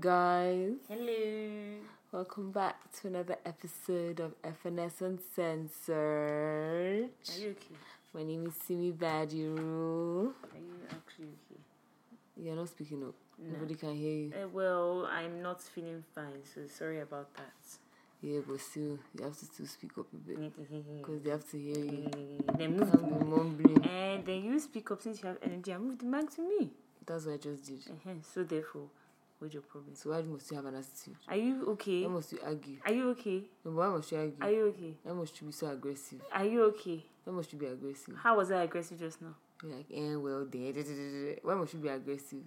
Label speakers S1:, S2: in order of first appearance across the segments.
S1: guys.
S2: Hello.
S1: Welcome back to another episode of FNS Uncensored.
S2: Are you okay?
S1: My name is Simi Badiru.
S2: Are you actually okay?
S1: You're not speaking up. Nobody can hear you.
S2: Uh, well, I'm not feeling fine, so sorry about that.
S1: Yeah, but still, you have to still speak up a bit because they have to hear you.
S2: then
S1: You
S2: Mm. move
S1: can't be mumbling.
S2: And then you speak up since you have energy. I moved the mic to me.
S1: That's what I just did.
S2: Uh-huh. So therefore, what's your problem?
S1: So why must you have an attitude?
S2: Are you okay?
S1: Why must you argue?
S2: Are you okay?
S1: No, but why must you
S2: Are
S1: argue?
S2: you okay?
S1: Why must you be so aggressive?
S2: Are you okay?
S1: Why must you be aggressive?
S2: How was I aggressive just now?
S1: You're like, eh, well, then. da, da, da, da. Why must you be aggressive?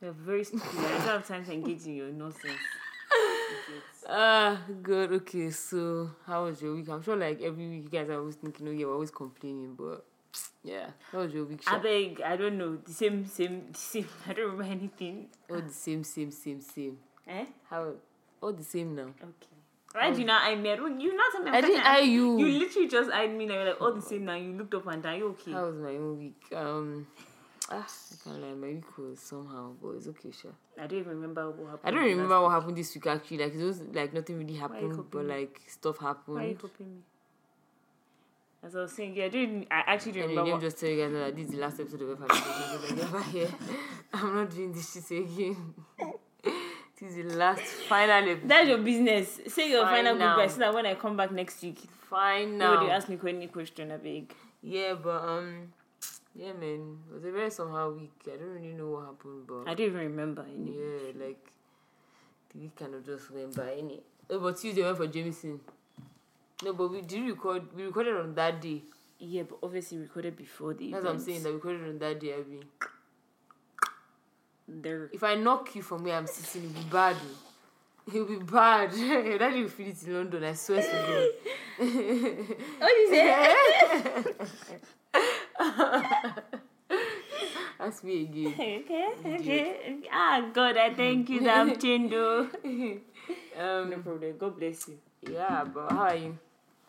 S2: You're very stupid. I don't have time to engage in your nonsense. Idiots.
S1: Ah, good. Okay, so how was your week? I'm sure like every week you guys are always thinking, oh yeah, we're always complaining, but yeah, how was your week?
S2: I
S1: sha?
S2: beg, I don't know. The same, same, same. I don't remember anything.
S1: All the same, same, same, same.
S2: Eh?
S1: How? All the same now.
S2: Okay. Why do you not eye me? I don't- You not tell me. I'm
S1: I didn't
S2: talking-
S1: eye you.
S2: You literally just eyed me. Now you're like all the same. Now you looked up and down. You okay?
S1: How was my own week? Um, ah, I can't lie, my week was somehow, but it's okay, sure.
S2: I don't even remember what happened.
S1: I don't
S2: last-
S1: remember what happened this week actually. Like it was like nothing really
S2: you
S1: happened, but
S2: copying me?
S1: like stuff
S2: Why are you
S1: happened.
S2: copying me? As I was saying, yeah, I didn't. I actually didn't
S1: Anyway, let me
S2: remember. What,
S1: just tell you guys that this is the last episode of FFP. never here. I'm not doing this shit again. this is the last final episode.
S2: that's your business. Say your
S1: Fine
S2: final
S1: now.
S2: goodbye so that when I come back next week, nobody
S1: Final.
S2: ask me any question. I beg.
S1: Yeah, but um, yeah, man, it was a very somehow week. I don't really know what happened,
S2: I
S1: but
S2: don't even remember. Anyway.
S1: yeah, like the week kind of just went by. Any, oh, but Tuesday went for Jameson. No, but we did record. We recorded on that day.
S2: Yeah, but obviously recorded before the.
S1: That's what I'm
S2: event.
S1: saying. That we recorded on that day. I mean,
S2: There.
S1: if I knock you from where I'm sitting, it'll be bad. oh. It'll be bad. Your daddy will feel it in London. I swear to God.
S2: What is it?
S1: Ask me again.
S2: okay. Okay. Ah, God, I thank you, that I'm changed. oh. No
S1: Um,
S2: problem. God bless you.
S1: yeah, but how are you?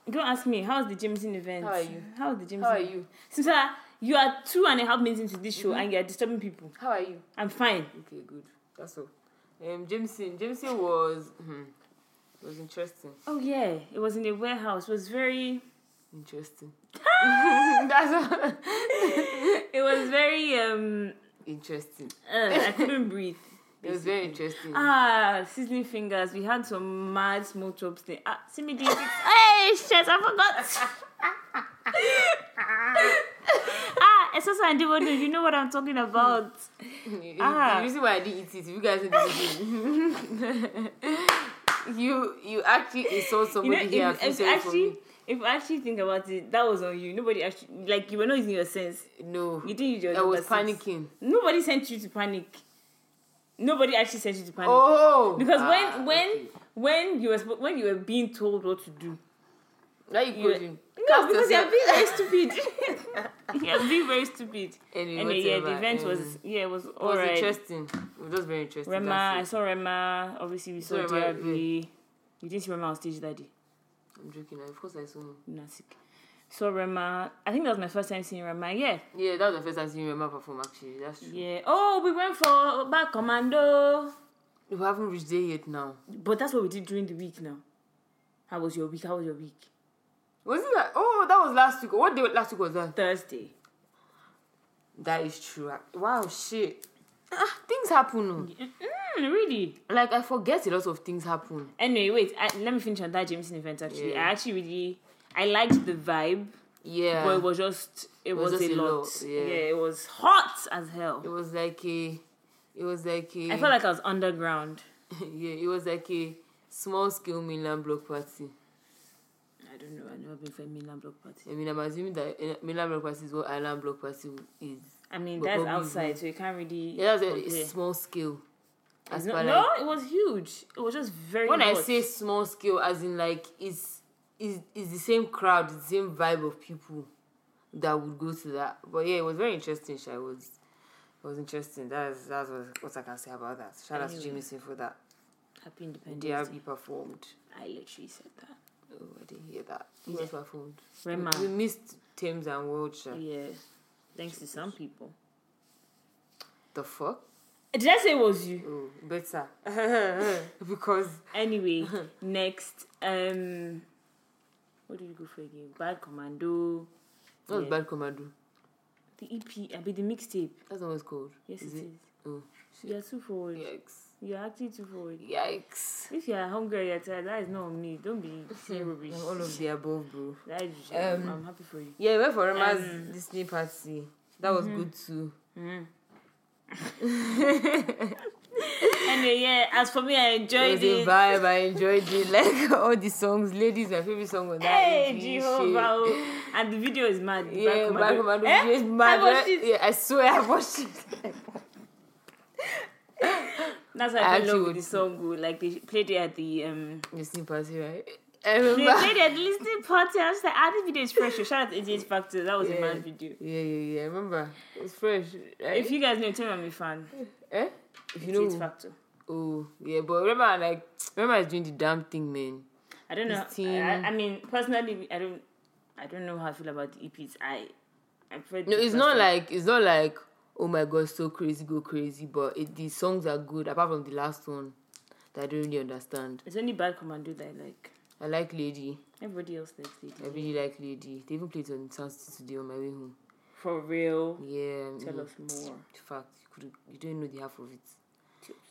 S2: Don't ask me. How's the Jameson event?
S1: How are you?
S2: How's the Jameson?
S1: How are you?
S2: Susa, you are two and a half minutes into this show and you are disturbing people.
S1: How are you?
S2: I'm fine.
S1: Okay, good. That's all. Um, Jameson. Jameson was hmm, was interesting.
S2: Oh yeah, it was in a warehouse. It was very.
S1: Interesting. That's all.
S2: It was very. Um,
S1: interesting.
S2: uh, I couldn't breathe.
S1: It was very interesting.
S2: Ah, sizzling fingers. We had some mad small chops there. Ah, see me doing it. Hey, shit! I forgot. ah, it's also and Devono, You know what I'm talking about. Ah.
S1: The reason why I didn't eat it, if you guys didn't you you actually insult
S2: You know,
S1: somebody
S2: if,
S1: here. I feel
S2: if
S1: sorry for
S2: actually,
S1: me.
S2: if I actually think about it, that was on you. Nobody actually like you were not using your sense.
S1: No,
S2: You didn't use your.
S1: I was
S2: number sense.
S1: panicking.
S2: Nobody sent you to panic. Nobody actually sent you to panic
S1: Oh,
S2: because
S1: ah,
S2: when when
S1: okay.
S2: when you were spo- when you were being told what to do,
S1: now you
S2: you were,
S1: couldn't.
S2: no, because you're being very stupid. you're being very stupid.
S1: Anyway,
S2: Anyway, yeah, the
S1: whatever,
S2: event was
S1: um,
S2: yeah it was
S1: It was
S2: alright.
S1: interesting. It was very interesting.
S2: Rema, I
S1: that's it.
S2: saw Rema. Obviously, we saw
S1: saw Rema,
S2: DRB. You didn't see Rema on stage that day.
S1: I'm joking. Of course, I saw him.
S2: Nasik. So Rema, I think that was my first time seeing Rema. Yeah,
S1: Yeah, that was the first time seeing Rema perform. Actually, that's true.
S2: yeah. Oh, we went for back commando,
S1: We haven't reached there yet. Now,
S2: but that's what we did during the week. Now, how was your week? How was your week?
S1: was it like? Oh, that was last week. What day? Last week was that?
S2: Thursday.
S1: That is true. Wow, shit. Ah, things happen. oh.
S2: Mm, really?
S1: Like I forget a lot of things happen.
S2: Anyway, wait. I, let me finish on that Jameson event. Actually,
S1: Yeah.
S2: I actually really I liked the vibe,
S1: Yeah.
S2: but it was just it, was,
S1: was just
S2: a
S1: a
S2: lot.
S1: lot,
S2: Yeah.
S1: yeah.
S2: it was hot as hell.
S1: it was like a. It was like a.
S2: I felt like I was underground.
S1: yeah, it was like a small scale mainland block party.
S2: I don't know. I've never been for a Milan block party.
S1: I mean, I'm assuming that eh, mainland block party is what island block party is.
S2: I mean,
S1: But
S2: that's
S1: probably-
S2: outside, so you can't really.
S1: Yeah, that's a,
S2: compare.
S1: it's small scale. As
S2: No,
S1: per
S2: no,
S1: like,
S2: it was huge. It was just very.
S1: when I
S2: hot.
S1: say small scale, as in like it's is is the same crowd, the same vibe of people that would go to that. But yeah, it was very interesting. Sha. It was it was interesting. That's that's what, what I can say about that. Shout out to
S2: Anyway.
S1: Jameson for that.
S2: Happy Independence, Day.
S1: DRB performed.
S2: I literally said that.
S1: Oh, I didn't hear that. Who else performed?
S2: Rema.
S1: We, we missed Thames and World. Sha.
S2: Yeah, thanks to some people.
S1: The fuck?
S2: Did I say it was you?
S1: Oh, better. because
S2: Anyway, next. Um, what did you go for again? Bad Commando.
S1: what's
S2: Yeah.
S1: Bad Commando?
S2: The EP, I mean the mixtape.
S1: That's always cold.
S2: Yes,
S1: is
S2: it is.
S1: Oh,
S2: You're too forward.
S1: yikes.
S2: You're actually too forward.
S1: Yikes.
S2: If you're hungry or you're tired, that is not on me. Don't be saying rubbish.
S1: I'm all of the above, bro.
S2: That is,
S1: Um,
S2: I'm happy for you.
S1: Yeah, we went for Rema's
S2: Um,
S1: Disney party. That was
S2: mm-hmm.
S1: good too. mm.
S2: Anyway, yeah, as for me, I
S1: It
S2: enjoyed
S1: was a
S2: it.
S1: vibe. I enjoyed it. Like all the songs. Ladies, my favorite song was that.
S2: Hey,
S1: EP shit.
S2: Jehovah. oh. And the video is mad. The
S1: Yeah,
S2: Commando-
S1: Black Commando.
S2: Eh?
S1: Eh?
S2: I watched it.
S1: Yeah, I swear I watched it.
S2: That's why
S1: I
S2: I fell in
S1: actually
S2: love with
S1: would-
S2: the song. oh, Like, they played it at the. um.
S1: Disney party, right? I
S2: They
S1: remember.
S2: played it at the listening party. I was like, ah, this video is fresh. oh. Shout out to 88 Factor. That was
S1: Yeah.
S2: a mad video.
S1: Yeah, yeah, yeah. I remember. It's fresh. Right?
S2: If you guys know, tell me I'm a fan.
S1: eh? If you
S2: 88
S1: know.
S2: Factor.
S1: Oh, yeah, but remember, like, remember, is doing the damn thing, man.
S2: I don't know.
S1: His team.
S2: I, I mean, personally, I don't. I don't know how I feel about the EPs. I, I've heard.
S1: No,
S2: the
S1: it's
S2: first
S1: not
S2: one.
S1: like it's not like oh my god, so crazy, go crazy. But it, the songs are good, apart from the last one that I don't really understand.
S2: it's only Bad Commando that I like.
S1: I like Lady.
S2: Everybody else likes it.
S1: I really like Lady. They even played it on Sound City today on my way home.
S2: For real.
S1: Yeah, mm,
S2: Tell us more.
S1: fact you could you don't know the half of it.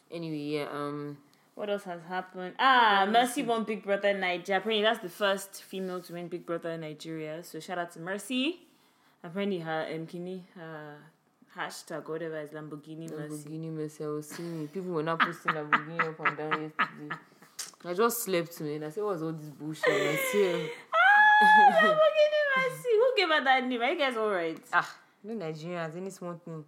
S1: Anyway, yeah, um,
S2: What else has happened? Ah, Mercy won Big Brother Nigeria. Apparently, that's the first female to win Big Brother in Nigeria. So shout out to Mercy. Apparently, her um, Kini, her hashtag whatever is Lamborghini Mercy.
S1: Lamborghini Mercy, I was seeing it. People were not posting Lamborghini up and down yesterday. I just slept, man. I said, what's all this bullshit? I swear.
S2: Ah, Lamborghini Mercy. Who gave her that name? Are you guys all right?
S1: Ah, no Nigerians, any small thing.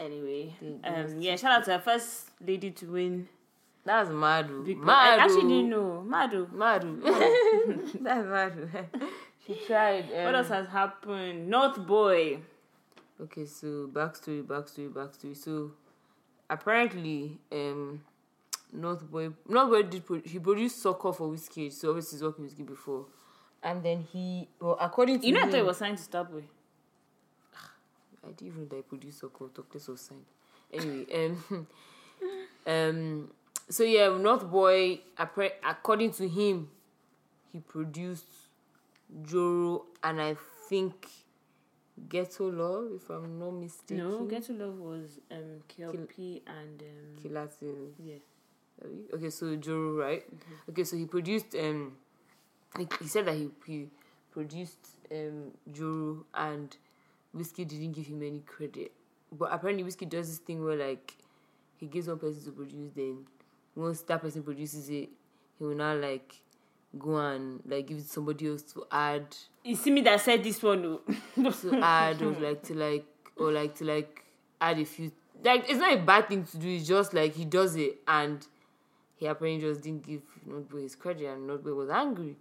S2: Anyway,
S1: They- they
S2: um, yeah, shout out to her first lady to win
S1: That's mad. oh.
S2: Big Brother. I
S1: Mad.
S2: actually
S1: oh.
S2: didn't know. Madu.
S1: Maru. That's Maru. she tried. Um,
S2: What else has happened? North Boy.
S1: Okay, so backstory, backstory, backstory. So apparently, um, North Boy, North Boy did pro- he produced soccer for Whiskey, so obviously he's working Whiskey before. And then he, well, according to
S2: You know, I
S1: him,
S2: thought it was signed to start with.
S1: I didn't even like produce or call talk less of sign. Anyway, um, um, so yeah, North Boy, appar- according to him, he produced Joro and I think Ghetto Love, if I'm not mistaken.
S2: No, Get to Love was um, KLP and. Um,
S1: Kilatin.
S2: yeah.
S1: Okay, so Joro, right? Okay, so he produced. Um, he- he said that he, he produced um Joro, and Whiskey didn't give him any credit. But apparently, Whiskey does this thing where like he gives one person to produce, then once that person produces it, he will now like go and like give it to somebody else to add
S2: You see me that said this one. oh.
S1: to add or like to like or like to like add a few like it's not a bad thing to do it's just like he does it and he apparently just didn't give North Boy his credit and North Boy was angry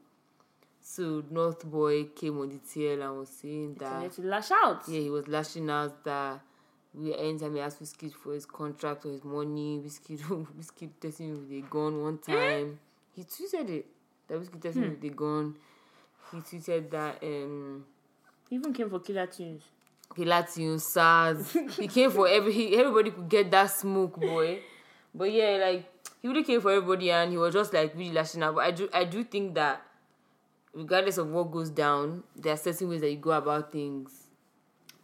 S1: so North Boy came on the tail and was saying
S2: I
S1: that
S2: had to lash out.
S1: yeah he was lashing out that we anytime he asked Whiskey for his contract or his money Whiskey Whiskey testing him with a gun one time he tweeted it that Whiskey testing him with a gun he tweeted that um
S2: He even came for Killer Tunes.
S1: Pilatius, SARS. he came for every he, everybody could get that smoke, boy. But yeah, like he really came for everybody, and he was just like really lashing out. But I do I do think that regardless of what goes down, there are certain ways that you go about things.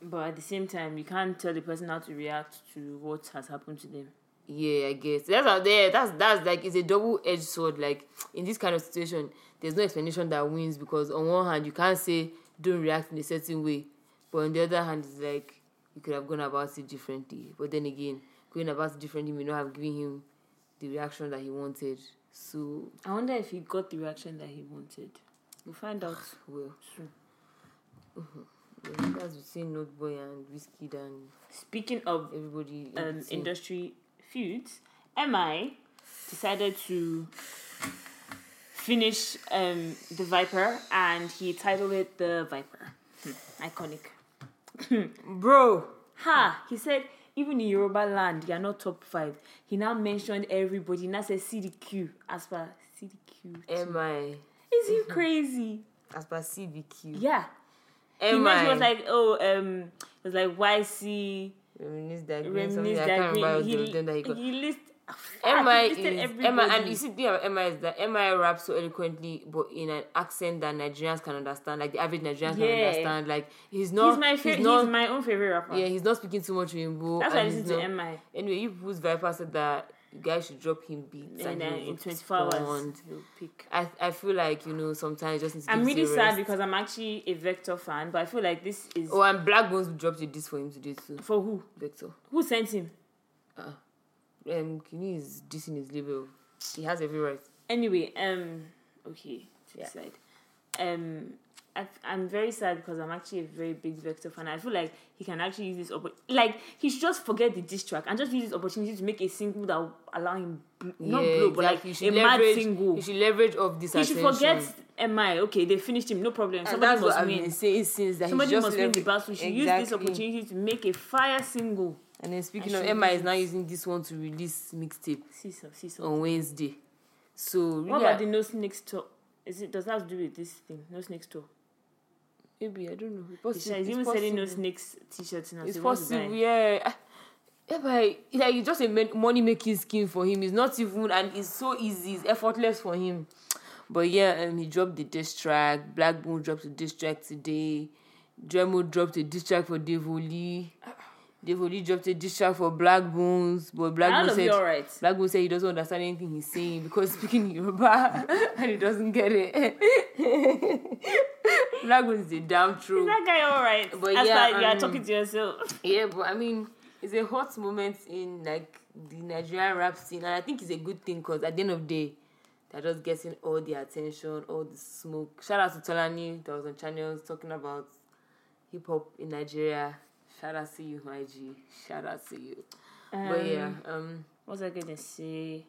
S2: But at the same time, you can't tell the person how to react to what has happened to them.
S1: Yeah, I guess that's out there. That's that's like it's a double edged sword. Like in this kind of situation, there's no explanation that wins because on one hand you can't say don't react in a certain way, but on the other hand it's like you could have gone about it differently. But then again, going about it differently may not have given him the reaction that he wanted. So
S2: I wonder if he got the reaction that he wanted. We'll find out.
S1: well, Mm-hmm.
S2: soon.
S1: yeah, that's between Note Boy and Whiskey and
S2: Speaking of
S1: everybody. In
S2: um,
S1: between.
S2: industry feuds, MI decided to finish um, the Viper and he titled it The Viper. Hmm, Iconic.
S1: bro.
S2: Ha! He said, even in Yoruba land, you are not top five. He now mentioned everybody. He now said CDQ as per CDQ.
S1: Am I
S2: Is
S1: mm-hmm.
S2: he crazy?
S1: as per CBQ?
S2: Yeah. He
S1: Am
S2: mentioned he was
S1: I?
S2: like, oh, um, it was like YC,
S1: Reminisce that green. Something
S2: Reminisce
S1: I can't
S2: that
S1: remember
S2: green.
S1: what the-
S2: He,
S1: then that he got.
S2: he list. ah,
S1: Emma
S2: he
S1: is
S2: listed
S1: Emma, and you
S2: everybody.
S1: see, the thing about Emma is that Emma raps so eloquently, but in an accent that Nigerians can understand, like the average Nigerians
S2: Yeah.
S1: can understand. Like he's not,
S2: he's my favorite.
S1: he's
S2: He's,
S1: not,
S2: my own favorite rapper.
S1: yeah, he's not speaking too much Igbo.
S2: That's why I
S1: and
S2: listen
S1: he's
S2: to
S1: not-
S2: Emma.
S1: Anyway, you who's Viper said that you guys should drop him beats
S2: And
S1: and,
S2: then
S1: he will
S2: in 24 hours,
S1: respond.
S2: he'll pick.
S1: I I feel like you know sometimes you just need to
S2: I'm
S1: give
S2: really
S1: it a
S2: sad
S1: rest.
S2: because I'm actually a Vector fan, but I feel like this is
S1: Oh, and Black Bones dropped a diss for him today too.
S2: for who?
S1: Vector.
S2: Who sent him?
S1: Um, Kini is dissing his label. He has every right.
S2: Anyway, um, okay, to
S1: Yeah.
S2: the side. Um, I, I'm very sad because I'm actually a very big Vector fan. I feel like he can actually use this opportunity. Like he should just forget the diss track and just use this opportunity to make a single that will allow him bl- not blow, but
S1: exactly.
S2: like a mad single.
S1: You should leverage off this
S2: He should
S1: attention.
S2: forget. Am I okay? They finished him. No problem.
S1: And
S2: Somebody
S1: that's what
S2: must
S1: I've
S2: win.
S1: been saying since that he
S2: Somebody
S1: just
S2: must win the
S1: leverage-
S2: battle. She used this
S1: Exactly.
S2: opportunity to make a fire single.
S1: And then speaking
S2: I
S1: of
S2: should
S1: Emma
S2: use
S1: is now using this one to release mixtape
S2: See some, see some.
S1: on Wednesday. So
S2: What
S1: really,
S2: about the
S1: I-
S2: no snakes tour? Is it does that have to do with this thing? No snakes tour.
S1: maybe I don't know. It's
S2: He's
S1: possible.
S2: even
S1: It's
S2: selling no
S1: possible.
S2: snakes t-shirts now.
S1: It's
S2: so he wants to
S1: possible.
S2: buy.
S1: Yeah. Ah, Yeah, but it's like it's just a money making scheme for him. It's not even and it's so easy. It's effortless for him. But yeah, um, he dropped the diss track. Black Boom dropped a diss track today. Dremo dropped a diss track for Devoli. Devoli dropped a diss track for Black Bones, but Black
S2: All
S1: Bones
S2: of you
S1: said
S2: all right.
S1: Black Boy said he doesn't understand anything he's saying because speaking Yoruba and he doesn't get it. Black Boy is a damn
S2: Is
S1: true.
S2: that guy all right?
S1: But
S2: As
S1: yeah,
S2: like you are
S1: um,
S2: talking to yourself.
S1: Yeah, but I mean, it's a hot moment in like the Nigerian rap scene, and I think it's a good thing because at the end of the day, they're just getting all the attention, all the smoke. Shout out to Tolani that was on channels talking about hip hop in Nigeria. Shout out to you, my G. Shout out to you. but yeah, um,
S2: What's I gonna say?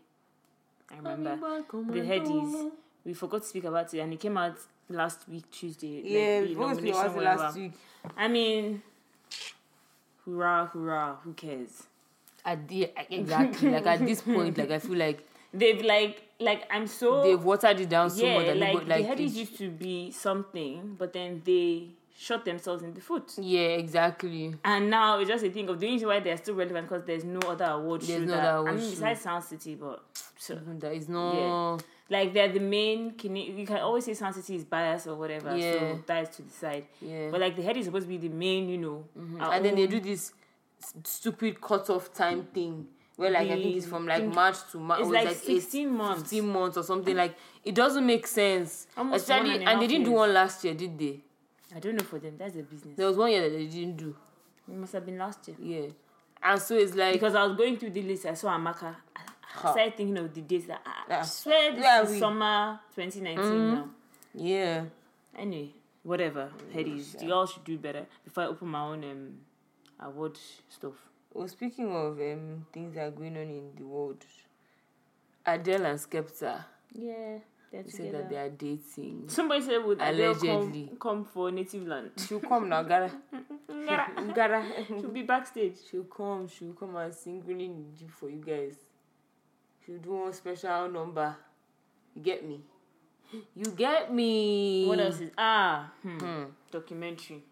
S2: I remember. the headies. We forgot to speak about it, and it came out last week Tuesday. like,
S1: Yeah,
S2: the
S1: we both
S2: nomination,
S1: was
S2: whatever.
S1: last week.
S2: I mean, hoorah, hoorah! Who cares?
S1: At the, exactly, like at this point, like I feel like
S2: They've like, like I'm so
S1: they've watered it down so
S2: yeah,
S1: much that
S2: like,
S1: nobody, like
S2: the headies
S1: it's-
S2: used to be something, but then they shot themselves in the foot.
S1: yeah, exactly.
S2: And now it's just a thing of the reason why they're still relevant because there's no other award
S1: There's
S2: show
S1: no
S2: that,
S1: other award
S2: I mean
S1: show.
S2: besides Sound City, but so,
S1: That is no.
S2: like they're the main. Can you, you can always say Sound City is biased or whatever,
S1: Yeah.
S2: so that is to decide.
S1: Yeah. Mm-hmm.
S2: But like the head is supposed to be the main, you know. our
S1: and then they
S2: own-
S1: do this s- stupid cut-off time thing where like I think it's from like
S2: The-
S1: March to March.
S2: it's like 16 months.
S1: 15 months or something. Like it doesn't make sense.
S2: Almost one
S1: Especially,
S2: and a
S1: and, they
S2: half
S1: didn't do
S2: years.
S1: one last year, did they?
S2: I don't know for them. That's a business.
S1: There was one year that they didn't do.
S2: It must have been last year
S1: Yeah, and so it's like
S2: because I was going through the list. I saw Amaka. I- I
S1: Huh.
S2: started thinking of the dates that I- I
S1: Yeah.
S2: swear this
S1: Where are
S2: is
S1: we? Mm-hmm.
S2: summer 2019 now.
S1: yeah,
S2: Anyway, whatever. Headies, you all should do better before I open my own um award stuff.
S1: Well, speaking of um, things that are going on in the world, Adele and Skepta
S2: Yeah, they're
S1: said that they are dating.
S2: Somebody said would Adele
S1: Allegedly.
S2: come, come for native land.
S1: She'll come now, Gara. Gara.
S2: She'll be backstage.
S1: She'll come. She'll come and sing really deep for you guys. She'll do one special number. You get me? You get me?
S2: What else is ah hmm, documentary?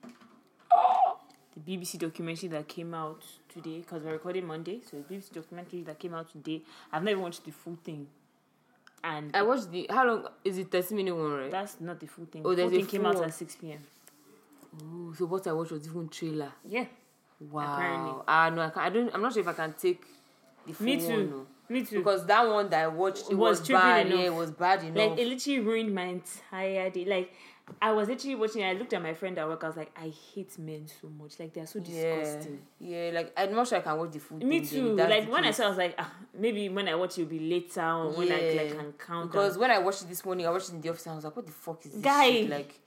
S2: The BBC documentary that came out today because we're recording Monday, so the BBC documentary that came out today. I've never watched the full thing, and
S1: I watched the. How long is it? Thirty minute one, right?
S2: that's not the full thing.
S1: Oh,
S2: the full
S1: there's a
S2: thing came
S1: full
S2: out
S1: one.
S2: at six p.m.
S1: Ooh, so what I watched was even trailer.
S2: Yeah,
S1: Wow.
S2: Apparently.
S1: Ah no, I can't. I don't. I'm not sure if I can take. The full
S2: me
S1: One, oh.
S2: too.
S1: no.
S2: Me too.
S1: because that one that I watched it
S2: Was
S1: was,
S2: tripping
S1: bad.
S2: enough.
S1: Yeah, it was bad enough.
S2: Like it literally ruined my entire day. Like I was literally watching. it, I looked at my friend at work. I was like, I hate men so much. Like they are so disgusting.
S1: Yeah, yeah. Like I'm not sure I can watch the full.
S2: Me
S1: thing,
S2: too.
S1: then, that's
S2: like
S1: the
S2: when I
S1: case.
S2: saw, I was like, ah, maybe when I watch, it'll be later or when I like
S1: Yeah.
S2: can count.
S1: Because
S2: down.
S1: when I watched it this morning, I watched it in the office and I was like, what the fuck is this
S2: Guy.
S1: shit? Like,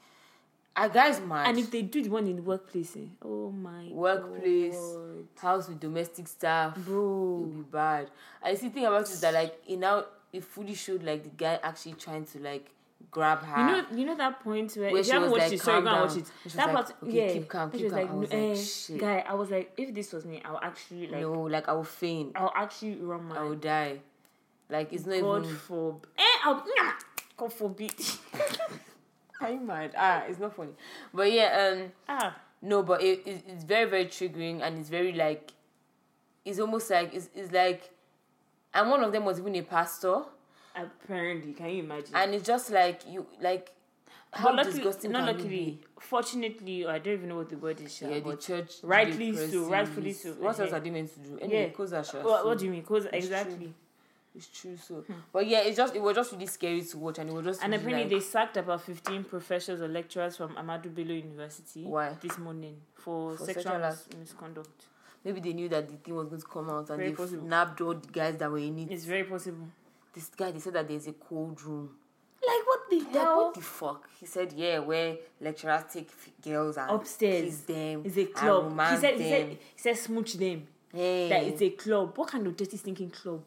S1: a guy's mad.
S2: and if they do the one in the workplace, eh, oh my
S1: Workplace.
S2: God.
S1: House with domestic staff. It'll
S2: bro.
S1: be bad. And the thing about it is that, like, it now, it fully showed, like, the guy actually trying to, like, grab her.
S2: You know, you know that point where,
S1: Where
S2: if
S1: she
S2: you haven't
S1: was
S2: watched
S1: like,
S2: it, sorry, go and
S1: "Calm
S2: watch
S1: down."
S2: it.
S1: She was
S2: That
S1: like,
S2: part,
S1: "Okay,
S2: yeah.
S1: keep calm,
S2: She
S1: keep
S2: was
S1: calm."
S2: like,
S1: I was
S2: no,
S1: like,
S2: eh,
S1: "Shit."
S2: guy, I was like, if this was me, I would actually like,
S1: no, like, I will faint.
S2: I would actually run my
S1: I will die. Like, it's not
S2: God
S1: even.
S2: forbid. Eh, I'll, nah, God forbid.
S1: Are you mad? Ah, it's not funny. But yeah, um,
S2: ah,
S1: No, but it, it, it's very, very triggering and it's very like it's almost like it's, it's like and one of them was even a pastor
S2: Apparently, can you imagine?
S1: and it's just like you like how
S2: but luckily,
S1: disgusting
S2: not
S1: can you
S2: luckily.
S1: be?
S2: Fortunately, I don't even know what the word is. sha,
S1: Yeah, the
S2: but
S1: church
S2: rightly
S1: did
S2: so,
S1: oppress
S2: rightfully
S1: him.
S2: so,
S1: What else
S2: yeah.
S1: are they meant to do? Anyway,
S2: Yeah.
S1: cause that shit,
S2: what, what
S1: so
S2: do you mean? Cause
S1: true.
S2: exactly.
S1: it's true so. But yeah, it's just it was just really scary to watch, and it was just
S2: And
S1: really
S2: apparently,
S1: like,
S2: they sacked about 15 professors or lecturers from Amadou Bello University
S1: Why?
S2: this morning for,
S1: For
S2: sexual
S1: sexual
S2: mis- misconduct.
S1: maybe they knew that the thing was going to come out, and
S2: Very
S1: they
S2: possible.
S1: nabbed all the guys that were in it.
S2: It's very possible.
S1: This guy, they said that there's a cold room.
S2: Like, what the
S1: Yeah,
S2: hell?
S1: what the fuck? He said, yeah, where lecturers take f- girls and
S2: Upstairs.
S1: kiss them.
S2: It's a
S1: and
S2: club. He
S1: romance
S2: said, he said,
S1: them.
S2: he said, smooch them.
S1: hey.
S2: That it's a club. What kind of dirty stinking club?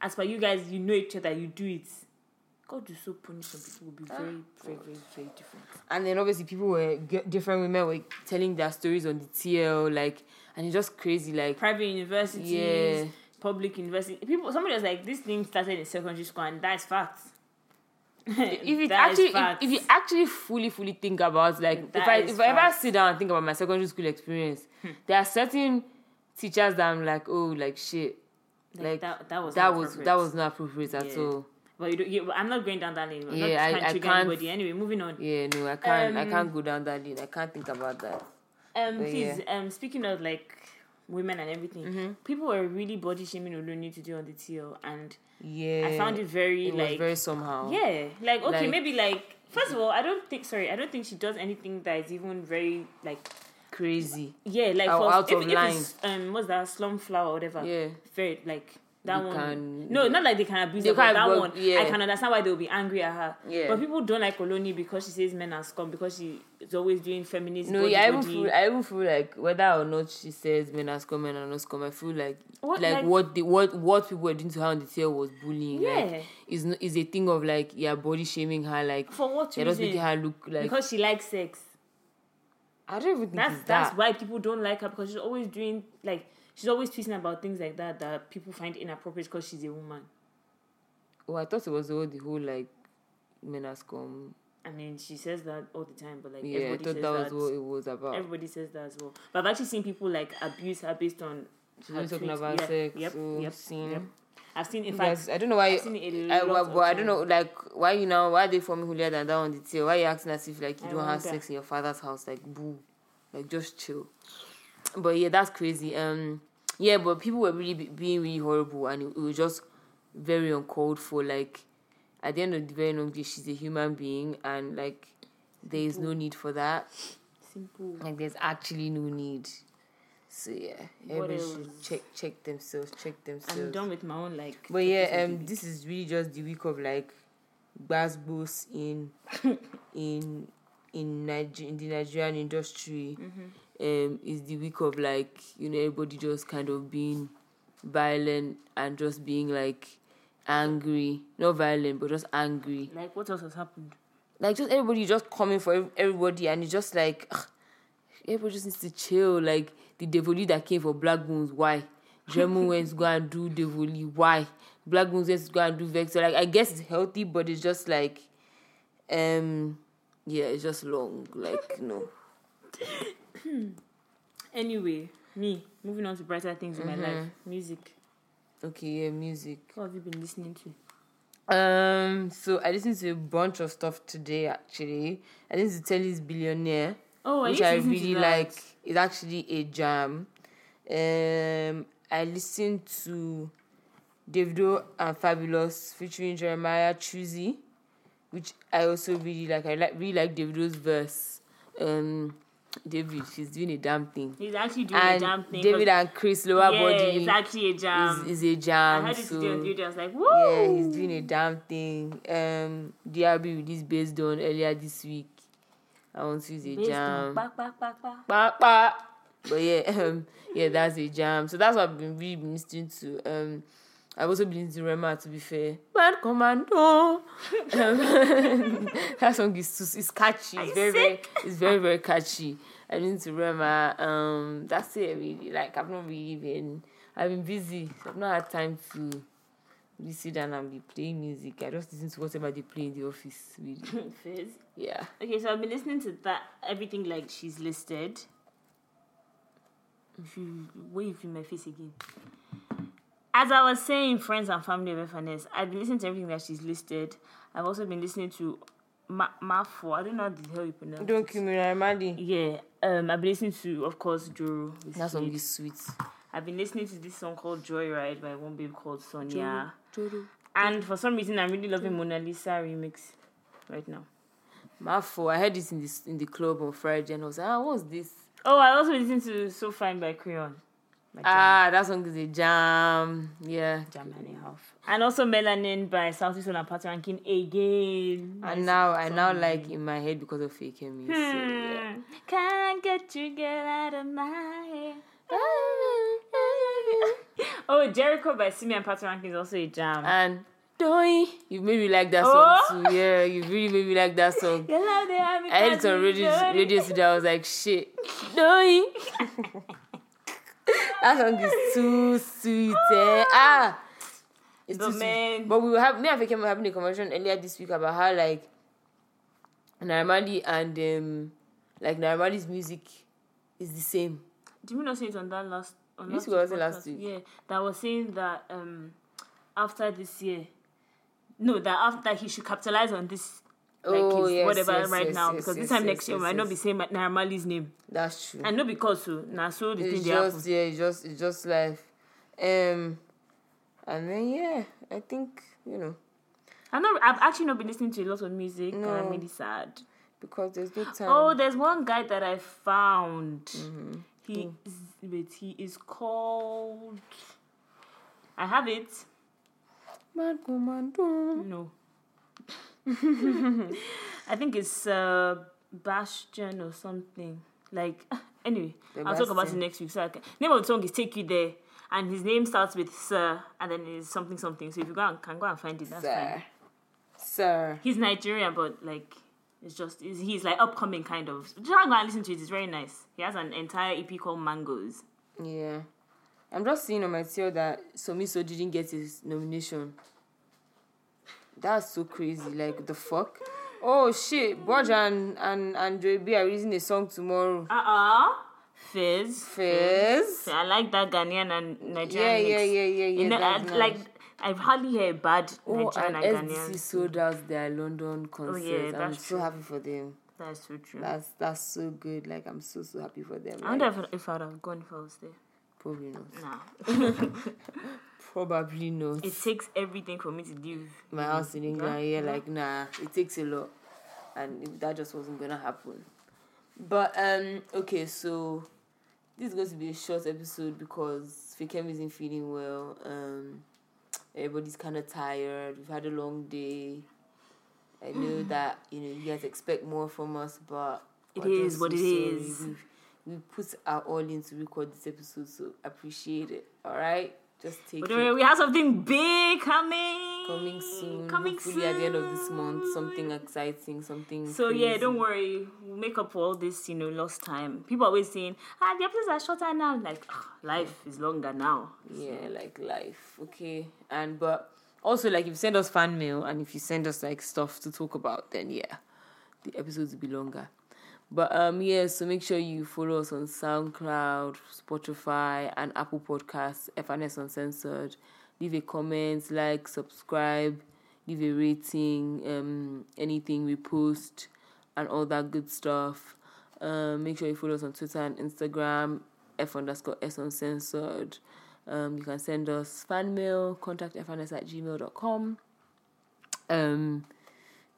S2: As for you guys, you know each other, you do it. God will so punish some people will be
S1: Ah,
S2: very, very, very, very different.
S1: and then obviously people were g- different women were telling their stories on the TL, like, and it's just crazy, like,
S2: Private universities,
S1: Yeah.
S2: public universities. People, somebody was like, this thing started in secondary school, and that's facts.
S1: if it actually if, if you actually fully fully think about like
S2: That
S1: if I
S2: is
S1: if I ever
S2: facts. Hmm.
S1: sit down and think about my secondary school experience, there are certain teachers that I'm like, oh, like shit,
S2: Like,
S1: like
S2: that- that was
S1: that
S2: not
S1: was
S2: appropriate.
S1: that was not appropriate at
S2: Yeah.
S1: all.
S2: But you don't, you, I'm not going down that lane. I'm
S1: Yeah, I-
S2: not trying
S1: I
S2: to trigger
S1: can't-
S2: anybody. Anyway, moving on.
S1: Yeah, no, I can't I
S2: Um,
S1: can't go down that lane. I can't think about that.
S2: Um,
S1: But
S2: please. Um, speaking of like women and everything,
S1: Mm-hmm.
S2: people were really body shaming Oluni to do on the TL, and
S1: Yeah,
S2: I found it very
S1: Eh, it was
S2: like
S1: very somehow.
S2: yeah, like okay,
S1: Like-
S2: maybe like first of all, I don't think sorry, I don't think she does anything that is even very like
S1: crazy.
S2: yeah, like
S1: Or
S2: for
S1: out
S2: if,
S1: of
S2: if it's um what's that slum flower or whatever,
S1: Yeah.
S2: very like. That
S1: They
S2: one,
S1: can-
S2: no, not like they can abuse
S1: They
S2: her, but
S1: can't
S2: that
S1: work-
S2: one,
S1: yeah.
S2: I can understand why they'll be angry at her.
S1: Yeah.
S2: But people don't like Oloni because she says men are scum because she is always doing feminist.
S1: No,
S2: body,
S1: yeah, I even
S2: body.
S1: feel I even feel like whether or not she says men are scum, men are not scum. I feel like
S2: What,
S1: like,
S2: like-
S1: what the what what people were doing to her on the tail was bullying.
S2: Yeah.
S1: Like is no- is a thing of like yeah body shaming her like
S2: For what
S1: you're just
S2: reason?
S1: making her look like
S2: because she likes sex.
S1: I don't even think
S2: That's
S1: it's
S2: that's
S1: that.
S2: why people don't like her because she's always doing like she's always tweeting about things like that that people find inappropriate because she's a woman.
S1: Oh, I thought it was all the whole like men are scum.
S2: I mean, she says that all the time, but like
S1: Yeah, I
S2: everybody
S1: thought
S2: says
S1: that was
S2: that.
S1: what it was about.
S2: Everybody says that as well. But I've actually seen people like abuse her based on.
S1: She
S2: her
S1: was talking
S2: tweets.
S1: about
S2: yeah.
S1: sex. oh,
S2: Yep.
S1: so
S2: yep.
S1: seen.
S2: Yep. I've seen. In fact,
S1: Yes, I don't know why.
S2: I've seen it a
S1: I,
S2: lot of
S1: but I don't
S2: times.
S1: know, like, why you now? Why are they forming holier than that on the tail? Why you acting as if like you
S2: I
S1: don't have
S2: wonder.
S1: sex in your father's house? Like, boo, like just chill. But yeah, that's crazy. Um, yeah, but people were really be- being really horrible, and it, it was just very uncalled for. Like, at the end of the very long day, she's a human being, and like, there is no need for that.
S2: simple.
S1: Like, there's actually no need. So yeah,
S2: What
S1: everybody should
S2: else?
S1: check check themselves, check themselves.
S2: I'm done with my own like.
S1: But yeah,
S2: topics of
S1: um, this is really just the week of like Gbasbos in in in Niger- in the Nigerian industry. Um, is the week of like you know everybody just kind of being violent and just being like angry, not violent but just angry.
S2: the- like what else has happened?
S1: Like just everybody just coming for ev- everybody and it's just like ugh, everybody just needs to chill. Like the Devoli that came for Black Moons, why? Dremon went to go and do Devoli, why? Black Moons went to go and do Vector. Like I guess it's healthy, but it's just like, um, yeah, it's just long. Like no,
S2: Anyway, me moving on to brighter things
S1: Mm-hmm.
S2: in my life. Music.
S1: okay, yeah, music.
S2: What have you been listening to?
S1: Um, so I listened to a bunch of stuff today. Actually, I listened to Telly's Billionaire.
S2: Oh, I
S1: which
S2: used to
S1: I
S2: listen to
S1: really
S2: that.
S1: like. It's actually a jam. Um, I listened to Davido and Fabulous featuring Jeremiah Chuzi, which I also really like. I like really like Davido's verse. Um, David, she's doing a damn thing.
S2: He's actually doing
S1: And
S2: a damn thing.
S1: David
S2: 'cause-
S1: and Chris Lower
S2: yeah, it's
S1: Body
S2: actually a jam.
S1: is, is a
S2: I
S1: jam.
S2: heard it
S1: so
S2: today on the radio. I was like,
S1: yeah, he's
S2: whoa.
S1: doing a damn thing. Um, DRB released based on earlier this week. I want to use a
S2: Based
S1: jam.
S2: on back, back, back, back.
S1: Bah, bah. But yeah, um, yeah, that's a jam. So that's what I've been really been listening to. Um, I've also been listening to Rema. To be fair, Bad Commando. Um, that song is too, it's catchy. It's
S2: you
S1: very, very, it's very, very catchy. I listen to Rema. Um, that's it really. Like I've not really been. I've been busy. So I've not had time to be sit down and be playing music. I just listen to whatever they play in the office. Really,
S2: Fizz.
S1: yeah.
S2: Okay, so I've been listening to that everything like she's listed. If you wave in my face again. As I was saying, friends and family of FNS, I've been listening to everything that she's listed. I've also been listening to Ma Mafo. I don't know how the hell you pronounce
S1: Don't
S2: it.
S1: kill me, Ramadi.
S2: Yeah. Um, I've been listening to, of course, Joro. with
S1: That song
S2: Sweet.
S1: is sweet.
S2: I've been listening to this song called Joyride by one babe called Sonia.
S1: Joro.
S2: And for some reason, I'm really loving Mona Lisa remix right now.
S1: Mafo, I heard this in the in the club on Friday, and I was like, ah, what's this?
S2: Oh, I also listened to So Fine by Creon. By
S1: Ah, that song is a jam. Yeah.
S2: Jam- Jam and a half. And also Melanin by Southeast and Party Ranking again.
S1: And now I now like in my head because of Fake Me. So, yeah.
S2: Hmm. Can't get you get out of my head. Oh, Jericho by Simi and Party Ranking is also a jam.
S1: And Doi, you made me like that song
S2: Oh.
S1: too. Yeah, you really made me like that song.
S2: You love the happy
S1: I heard it on
S2: country,
S1: radio
S2: Johnny.
S1: radio today. I was like, shit, Doi. that song is too sweet. Eh? Ah, it's
S2: But
S1: too sweet.
S2: man.
S1: But we were having, me and Fake were having a conversation earlier this week about how like Naramadi and um, like Naramadi's music is the same.
S2: Did we not say it on that last? On
S1: This
S2: last
S1: was
S2: week's
S1: it last
S2: podcast?
S1: week.
S2: Yeah, that was saying that um, after this year, no, that after he should capitalize on this. Like
S1: Oh,
S2: his
S1: yes,
S2: whatever
S1: yes,
S2: right
S1: yes,
S2: now
S1: yes,
S2: because
S1: yes,
S2: this time
S1: yes,
S2: next year we
S1: yes,
S2: might not be
S1: yes.
S2: saying Naramali's name
S1: That's true.
S2: and not because so now so the thing
S1: it's
S2: they happen.
S1: just yeah, it's just it's just life. Um, and then yeah, I think you know
S2: I'm not. I've actually not been listening to a lot of music and
S1: No.
S2: I'm really sad.
S1: because there's no time. Mm-hmm.
S2: Oh, there's one guy that I found. He
S1: Mm.
S2: is, wait. He is called. I have it.
S1: Mad woman, do.
S2: No. I think it's uh, Bastion or something. Like, anyway, I'll talk about it
S1: Sebastian.
S2: next week. So, I can... name of the song is "Take You There," and his name starts with "Sir," and then it's something something. So if you go and can go and find it, that's fine.
S1: sir, sir.
S2: He's Nigerian, but like, it's just he's, he's like upcoming kind of. Just go and listen to it. It's very nice. He has an entire EP called Mangoes.
S1: Yeah, I'm just seeing on my tail that Somiso didn't get his nomination. That's so crazy. Like the fuck. Oh shit, Bodge and and and Dre B are releasing a song tomorrow.
S2: Uh uh Fizz.
S1: Fizz.
S2: I like that Ghanaian and Nigerian
S1: Yeah,
S2: mix.
S1: yeah, yeah, yeah, yeah.
S2: You know, I,
S1: that's nice.
S2: like I've hardly heard bad
S1: Oh,
S2: Nigerian and
S1: and
S2: Ghanaian.
S1: SDC sold out their London concert. I'm
S2: that's
S1: so
S2: true.
S1: happy for them.
S2: That's so true.
S1: That's that's so good. Like I'm so so happy for them.
S2: I
S1: Like,
S2: wonder if, if I'd have gone if I was there.
S1: probably not.
S2: Nah,
S1: Probably not.
S2: it takes everything for me to leave.
S1: My house in England, yeah, like nah, it takes a lot, and if that just wasn't gonna happen. But um, okay, so this is going to be a short episode because Fikem isn't feeling well. Um, everybody's kind of tired. We've had a long day. I know that you know you guys expect more from us, but
S2: Mm. It
S1: we're
S2: is
S1: just
S2: what
S1: so
S2: it
S1: sorry.
S2: is.
S1: We've- We put our all in to record this episode, so appreciate it. All right, just take
S2: But
S1: it
S2: anyway, we have something big coming.
S1: coming soon.
S2: Mm, Coming
S1: Hopefully at the end of this month,
S2: soon.
S1: something exciting, something.
S2: So yeah,
S1: crazy.
S2: don't worry. We'll make up for all this, you know, lost time. People are always saying, ah, the episodes are shorter now. Like, ah, life is longer now.
S1: Yeah, like life. Okay, and but also like if you send us fan mail and if you send us like stuff to talk about, then yeah, the episodes will be longer. But um yeah, so make sure you follow us on SoundCloud, Spotify, and Apple Podcasts, FNS Uncensored. Leave a comment, like, subscribe, leave a rating, um, anything we post, and all that good stuff. Um, make sure you follow us on Twitter and Instagram, F underscore S uncensored. Um, you can send us fan mail, contact FNS at gmail.com. Um,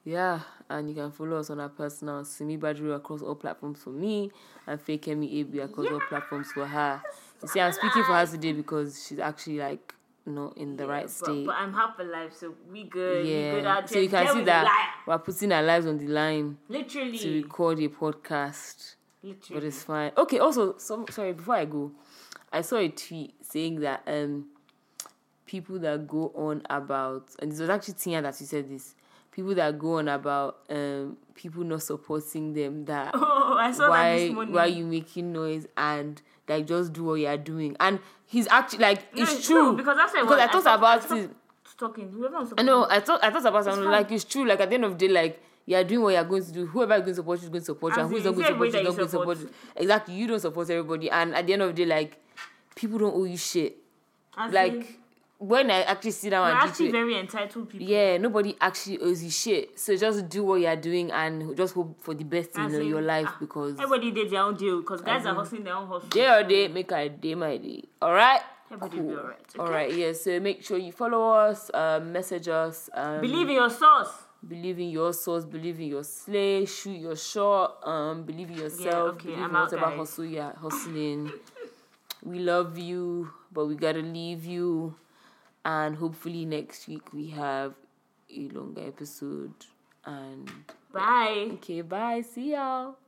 S1: yeah, and you can follow us on our personal Simi Badru across all platforms for me and Fake Emi AB across all platforms for her. You see, I'm speaking for her today because she's actually like not in the right
S2: But,
S1: state.
S2: but I'm half alive, so we good. We good
S1: yeah,
S2: out
S1: so you
S2: there.
S1: can
S2: There
S1: see
S2: we
S1: that we're putting our lives on the line
S2: lie. Literally.
S1: to record a podcast.
S2: literally.
S1: But it's fine. Okay, also, some sorry, before I go, I saw a tweet saying that um people that go on about and it was actually Tina that you said this. People that go on about um people not supporting them that
S2: Oh, I saw that
S1: why
S2: this morning.
S1: why are you making noise and like just do what you are doing. And he's actually like
S2: No,
S1: it's, true.
S2: because that's
S1: because I thought about
S2: I
S1: it.
S2: stopped talking. Whoever was
S1: I know I thought I thought about something
S2: fine.
S1: like it's true. Like at the end of the day, like You are doing what you are going to do. Whoever is going to support you is going to support you.
S2: As
S1: And who is
S2: in,
S1: not
S2: is
S1: going to support
S2: everybody
S1: you is not going
S2: that you
S1: to support you.
S2: support?
S1: Exactly. You don't support everybody. And at the end of the day, like, people don't owe you shit.
S2: As in,
S1: Like, when I actually sit down
S2: we're
S1: and
S2: actually
S1: deep-
S2: very entitled people.
S1: yeah, nobody actually owes you shit. So just do what you are doing and just hope for the best in
S2: As
S1: uh,
S2: in,
S1: your life
S2: ah,
S1: because
S2: everybody did their own deal because guys are hustling their own hustle.
S1: day or day, make a day my day. All right.
S2: Everybody will be all right, okay?
S1: All right. Yeah. So make sure you follow us, um, message us, um,
S2: Believe in your source.
S1: believe in your source, believe in your slay, shoot your shot, um, believe in yourself,
S2: okay,
S1: believe
S2: I'm
S1: in
S2: out,
S1: whatever
S2: guys.
S1: hustle you're hustling. we love you, but we gotta leave you. And hopefully next week we have a longer episode. And
S2: Bye.
S1: okay, bye. See y'all.